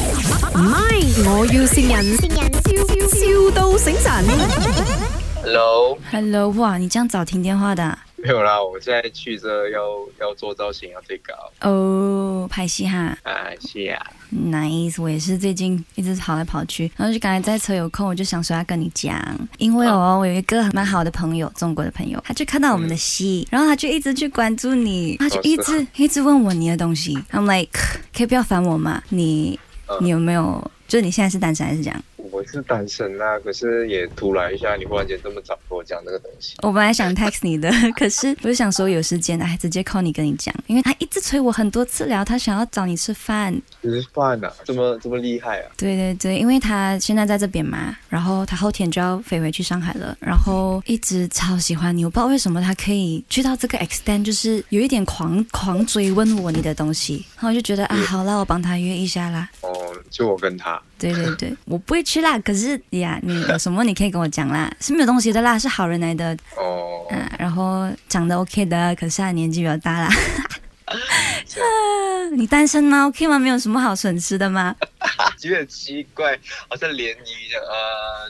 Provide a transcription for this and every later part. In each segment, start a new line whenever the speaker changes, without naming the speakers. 唔係，我要善人，笑笑到醒神。
Hello，
Hello，哇，你这样早听电话的啊
没有啦，我现在去这要要做造型，要最高。
哦，拍戏哈
啊，谢啊，
，nice。我也是最近一直跑来跑去，然后就刚才在车有空，我就想说要跟你讲，因为哦，我有一个蛮好的朋友，中国的朋友，他就看到我们的戏，然后他就一直去关注你，他就一
嗯哦
直一直问我你的东西。I'm like，可以不要烦我嘛？你
嗯
你有没有？就是你现在是单身还是这样？
我是单身啦，可是也突然一下，你忽然间这么早跟我讲这个东西，
我本 来想 text 你的，可是我就想说有时间，哎，直接 call 你跟你讲，因为他一直催我很多次聊，他想要找你吃饭，
吃饭啊，这么这么厉害啊？
对对对，因为他现在在这边嘛，然后他后天就要飞回去上海了，然后一直超喜欢你，我不知道为什么他可以去到这个 extent，就是有一点狂狂追问我你的东西，然后我就觉得啊，好啦，我帮他约一下啦。
哦，就我跟他，
对对对，我不会去啦，可是呀，你有什么你可以跟我讲啦，是没有东西的啦，是好人来的，
哦，
嗯、然后长得 OK 的，可是他年纪比较大啦。 啊
这样
你单身吗？OK 吗？没有什么好损失的吗？
有点奇怪，好像联谊一样啊，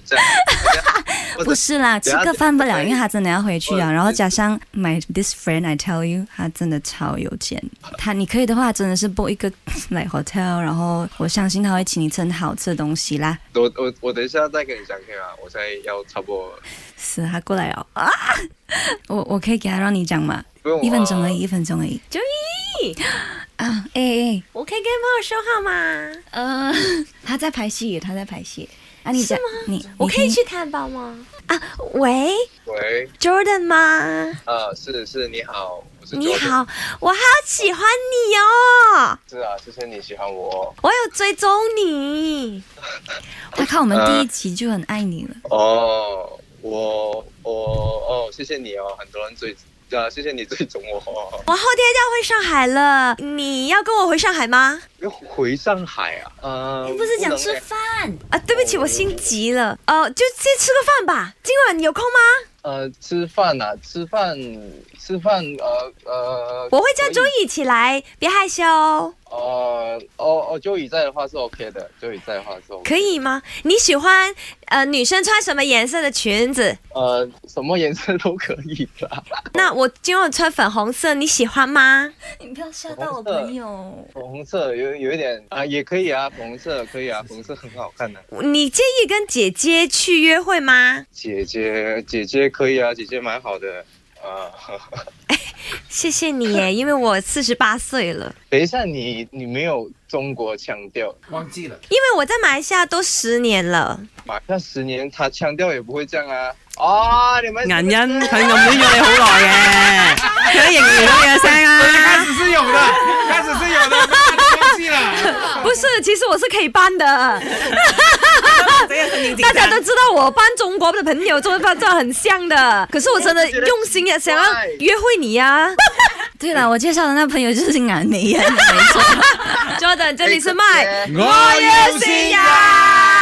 这样，不
不是啦，吃
等下哦
个饭不了，
等一下
因为他真的要回去啊。
我
然后加上 my this friend I tell you，他真的超有钱。他你可以的话，真的是 book 一个 like hotel，然后我相信他会请你吃很好吃的东西啦。
我我我等一下再跟你讲可以吗？我现在要差不多，
是他过来了啊！ 我我可以给他让你讲嘛，
不用、啊、
一分钟而已，一分钟而已。
九一，
啊，哎、哎，
我可以跟朋友说话吗？
呃， 他在拍戏，他在拍戏。啊，你讲你，
我
你
可以
听
去探宝吗？啊，喂
呃喂，
，Jordan 吗？
啊，是是，你好，我是
你
Jordan
好，，我好喜欢你哦，
是啊，谢谢你喜欢我哦。
我有追踪你。
他看我
呃
们第一集就很爱你了。
哦，我我哦，谢谢你哦，很多人追啊，谢谢你追踪我、哦。
我后天就要回上海了，你要跟我回上海吗？
要哦回上海啊？呃，
你不是讲吃
能欸
饭？
啊，对不起，我心急了。呃，就先吃个饭吧。今晚你有空吗？
呃，吃饭啊，吃饭，吃饭，呃呃，
我会叫周
可以。
一起来，别害羞哦，
呃，哦哦，周宇在的话是 OK 的，周宇在的话是 OK。
可以吗？你喜欢呃女生穿什么颜色的裙子？
呃，什么颜色都可以啦。
那我今晚穿粉红色，你喜欢吗？
你不要吓到 我朋友。
粉红色有有一点啊，也可以啊，粉红色可以啊，粉红色很好看的、
你介意跟姐姐去约会吗？
姐姐，姐姐可以啊，姐姐蛮好的啊。
谢谢你 耶，因为我四十八岁了，
等一下你，你没有中国腔调，
忘记了。
因为我在马来西亚都十年了。
马上十年他腔调也不会这样啊。哦，你们
銀欣佢暗戀咗你好耐嘅，佢都形容咗你嘅聲
开
啊！
始是有 的，开始是有 的，忘记了。
不是，其实我是可以搬的，
大
大家都知道我搬中国的朋友做饭做得很像的，可是我真的用心的想要约会你呀、
对了，我介绍的那朋友就是啊俺梅呀，没错。
Jordan，这里是麦，
我要
新
新
人。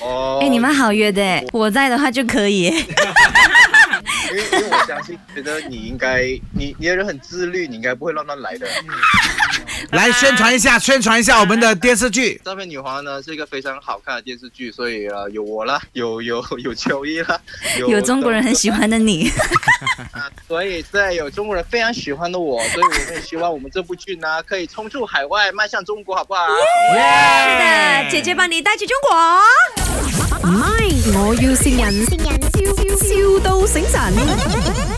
哦，
哎、你们好约的，我在的话就可以。
因为，因为我相信，觉得你应该，你你的人很自律，你应该不会乱乱来的。
来宣传一下，宣传一下我们的电视 剧。
诈骗女皇呢是一个非常好看的电视剧，所以呃有我啦，有有有秋衣啦，有
有中国人很喜欢的你，
啊，所以对有中国人非常喜欢的我，所以我们也希望我们这部剧呢可以冲出海外，迈向中国，好不好？
是的，呃姐姐把你带去中国。
唔係，我要善人，笑笑到醒神。